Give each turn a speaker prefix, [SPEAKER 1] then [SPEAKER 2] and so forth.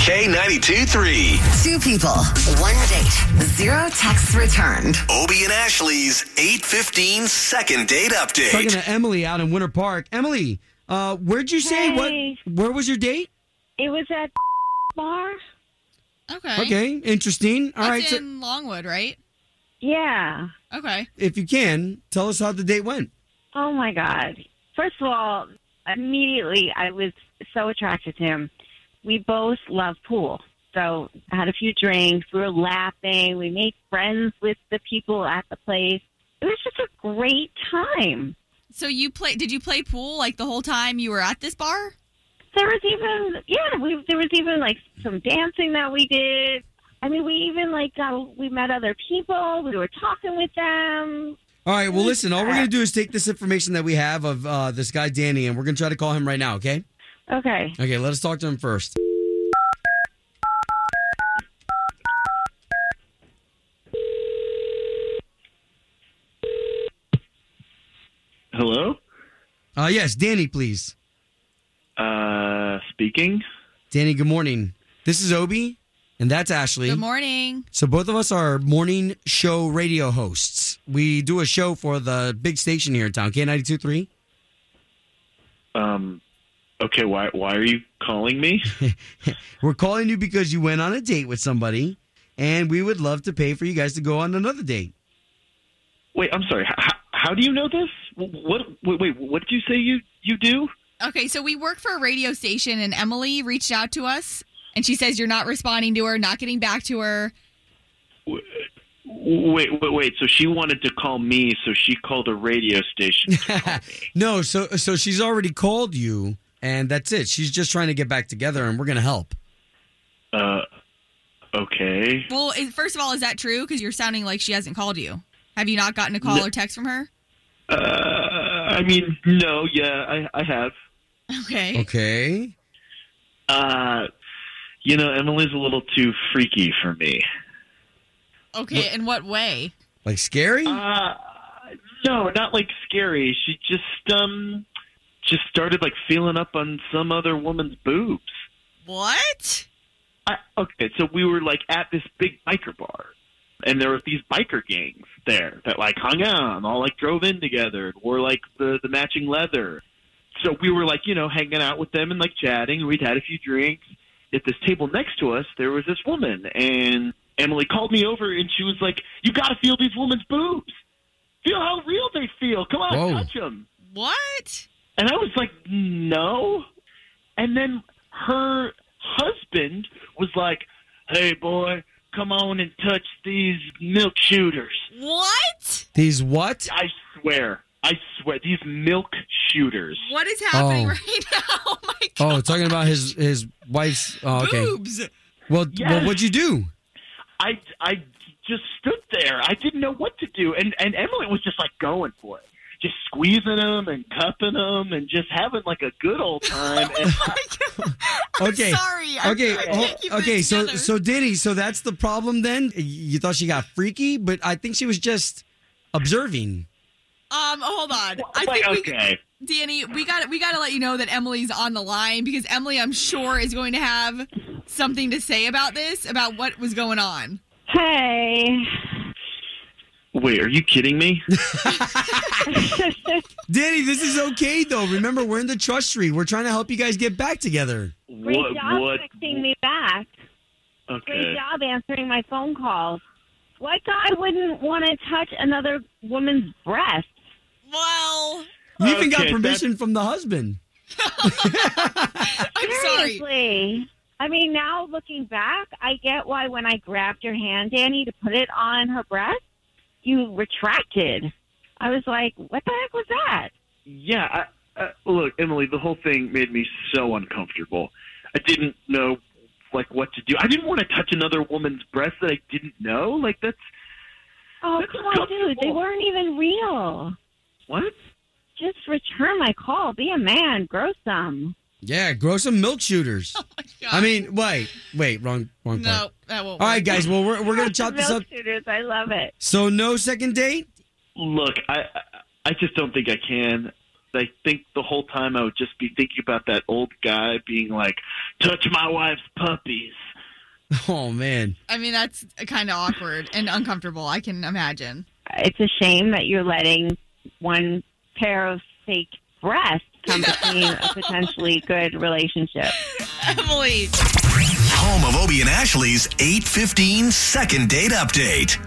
[SPEAKER 1] K92 3.
[SPEAKER 2] Two people, one date, zero texts returned.
[SPEAKER 1] Obie and Ashley's 815 second date
[SPEAKER 3] Talking
[SPEAKER 1] update.
[SPEAKER 3] to Emily out in Winter Park. Emily, uh, where'd you say
[SPEAKER 4] Hey.
[SPEAKER 3] what? Where was your date?
[SPEAKER 4] It was at bar.
[SPEAKER 5] Okay.
[SPEAKER 3] Okay, interesting. All
[SPEAKER 5] That's
[SPEAKER 3] right, so
[SPEAKER 5] in Longwood, right?
[SPEAKER 4] Yeah.
[SPEAKER 5] Okay.
[SPEAKER 3] if you can, tell us how the date went.
[SPEAKER 4] Oh my God. First of all, immediately I was so attracted to him. We both love pool. So I had a few drinks. We were laughing. We made friends with the people at the place. It was just a great time.
[SPEAKER 5] So you play? Did you play pool like the whole time you were at this bar?
[SPEAKER 4] There was even, yeah, we, there was even like some dancing that we did. I mean, we even like got, we met other people. We were talking with them.
[SPEAKER 3] All right, well, listen, all we're going to do is take this information that we have of uh, this guy, Danny, and we're going to try to call him right now, okay?
[SPEAKER 4] Okay.
[SPEAKER 3] Okay, let us talk to him first.
[SPEAKER 6] Hello?
[SPEAKER 3] Uh, yes, Danny, please.
[SPEAKER 6] Uh, speaking?
[SPEAKER 3] Danny, good morning. This is Obi, and that's Ashley.
[SPEAKER 5] Good morning.
[SPEAKER 3] So both of us are morning show radio hosts. We do a show for the big station here in town, K92.3.
[SPEAKER 6] Um, okay, why, why are you calling me?
[SPEAKER 3] We're calling you because you went on a date with somebody, and we would love to pay for you guys to go on another date.
[SPEAKER 6] Wait, I'm sorry. How, how do you know this? What, wait, wait, what did you say you, you do?
[SPEAKER 5] Okay, so we work for a radio station, and Emily reached out to us, and she says you're not responding to her, not getting back to her.
[SPEAKER 6] Wait, wait, wait. So she wanted to call me, so she called a radio station.
[SPEAKER 3] no, so so she's already called you, and that's it. She's just trying to get back together, and we're gonna help.
[SPEAKER 6] uh, okay.
[SPEAKER 5] Well, is, first of all, is that true? Because you're sounding like she hasn't called you. Have you not gotten a call
[SPEAKER 6] No.
[SPEAKER 5] or text from her?
[SPEAKER 6] Uh, I mean, no, yeah, I, I have.
[SPEAKER 5] Okay.
[SPEAKER 3] Okay.
[SPEAKER 6] Uh, you know, Emily's a little too freaky for me.
[SPEAKER 3] Oh.
[SPEAKER 5] Okay. In what way?
[SPEAKER 3] Like scary?
[SPEAKER 6] Uh, no, not like scary. She just um just started like feeling up on some other woman's boobs.
[SPEAKER 5] What?
[SPEAKER 6] I, okay, so we were like at this big biker bar, and there were these biker gangs there that like hung out and all like drove in together and wore like the the matching leather. So we were like you know hanging out with them and like chatting. We'd had a few drinks. At this table next to us, there was this woman, and Emily called me over and she was like, "You got to feel these women's boobs. Feel how real they feel. Come on,
[SPEAKER 3] Whoa.
[SPEAKER 6] touch them."
[SPEAKER 5] What?
[SPEAKER 6] And I was like, no. And then her husband was like, hey, boy, come on and touch these milk shooters.
[SPEAKER 5] What?
[SPEAKER 3] These what?
[SPEAKER 6] I swear. I swear. These milk shooters.
[SPEAKER 5] What is happening
[SPEAKER 3] Oh.
[SPEAKER 5] right now? Oh my god.
[SPEAKER 3] Oh, talking about his his wife's. Oh, okay.
[SPEAKER 5] Boobs.
[SPEAKER 3] Well,
[SPEAKER 6] Yes.
[SPEAKER 3] well, what'd you do?
[SPEAKER 6] I, I just stood there. I didn't know what to do. And, and Emily was just like going for it. Just squeezing them and cupping them and just having like a good old time. And
[SPEAKER 3] Okay.
[SPEAKER 5] Sorry. I-
[SPEAKER 3] Okay.
[SPEAKER 5] I
[SPEAKER 3] oh,
[SPEAKER 5] can't keep it
[SPEAKER 3] okay. So,
[SPEAKER 5] together.
[SPEAKER 3] so Danny, so that's the problem then. You thought she got freaky, but I think she was just observing.
[SPEAKER 5] um, hold on. I
[SPEAKER 6] like,
[SPEAKER 5] think we,
[SPEAKER 6] okay.
[SPEAKER 5] Danny, we got we got to let you know that Emily's on the line because Emily, I'm sure, is going to have something to say about this, about what was going on.
[SPEAKER 4] Hey.
[SPEAKER 6] Wait, are you kidding me?
[SPEAKER 3] Danny, this is okay though. Remember, we're in the trust tree. We're trying to help you guys get back together.
[SPEAKER 4] Great
[SPEAKER 6] what?
[SPEAKER 4] job
[SPEAKER 6] What?
[SPEAKER 4] texting me back. Great
[SPEAKER 6] Okay.
[SPEAKER 4] job answering my phone calls. What guy wouldn't want to touch another woman's breast?
[SPEAKER 5] Well,
[SPEAKER 3] You even got
[SPEAKER 6] Okay,
[SPEAKER 3] permission from the husband.
[SPEAKER 5] I'm sorry.
[SPEAKER 4] Seriously. I mean, now looking back, I get why when I grabbed your hand, Danny, to put it on her breast, you retracted. I was like, what the heck was that?
[SPEAKER 6] Yeah, I, uh, look, Emily, the whole thing made me so uncomfortable. I didn't know like what to do. I didn't want to touch another woman's breast that I didn't know. Like that's
[SPEAKER 4] Oh,
[SPEAKER 6] That's
[SPEAKER 4] come on, dude. They
[SPEAKER 6] uncomfortable.
[SPEAKER 4] weren't even real.
[SPEAKER 6] what?
[SPEAKER 4] Just return my call. Be a man. Grow some.
[SPEAKER 3] Yeah, grow some milk shooters. I mean, wait, wait, wrong, wrong
[SPEAKER 5] no,
[SPEAKER 3] part.
[SPEAKER 5] that won't.
[SPEAKER 3] All
[SPEAKER 5] work.
[SPEAKER 3] right, guys. Well, we're we're gonna chop
[SPEAKER 4] Milk
[SPEAKER 3] this up.
[SPEAKER 4] shooters. I love it.
[SPEAKER 3] So no second date.
[SPEAKER 6] Look, I I- I just don't think I can. I think the whole time I would just be thinking about that old guy being like, "Touch my wife's puppies."
[SPEAKER 3] Oh man.
[SPEAKER 5] I mean, that's kind of awkward and uncomfortable. I can imagine.
[SPEAKER 4] It's a shame that you're letting one pair of fake breasts come between a potentially good relationship.
[SPEAKER 5] Emily.
[SPEAKER 1] Home of Obie and Ashley's 815 second date update.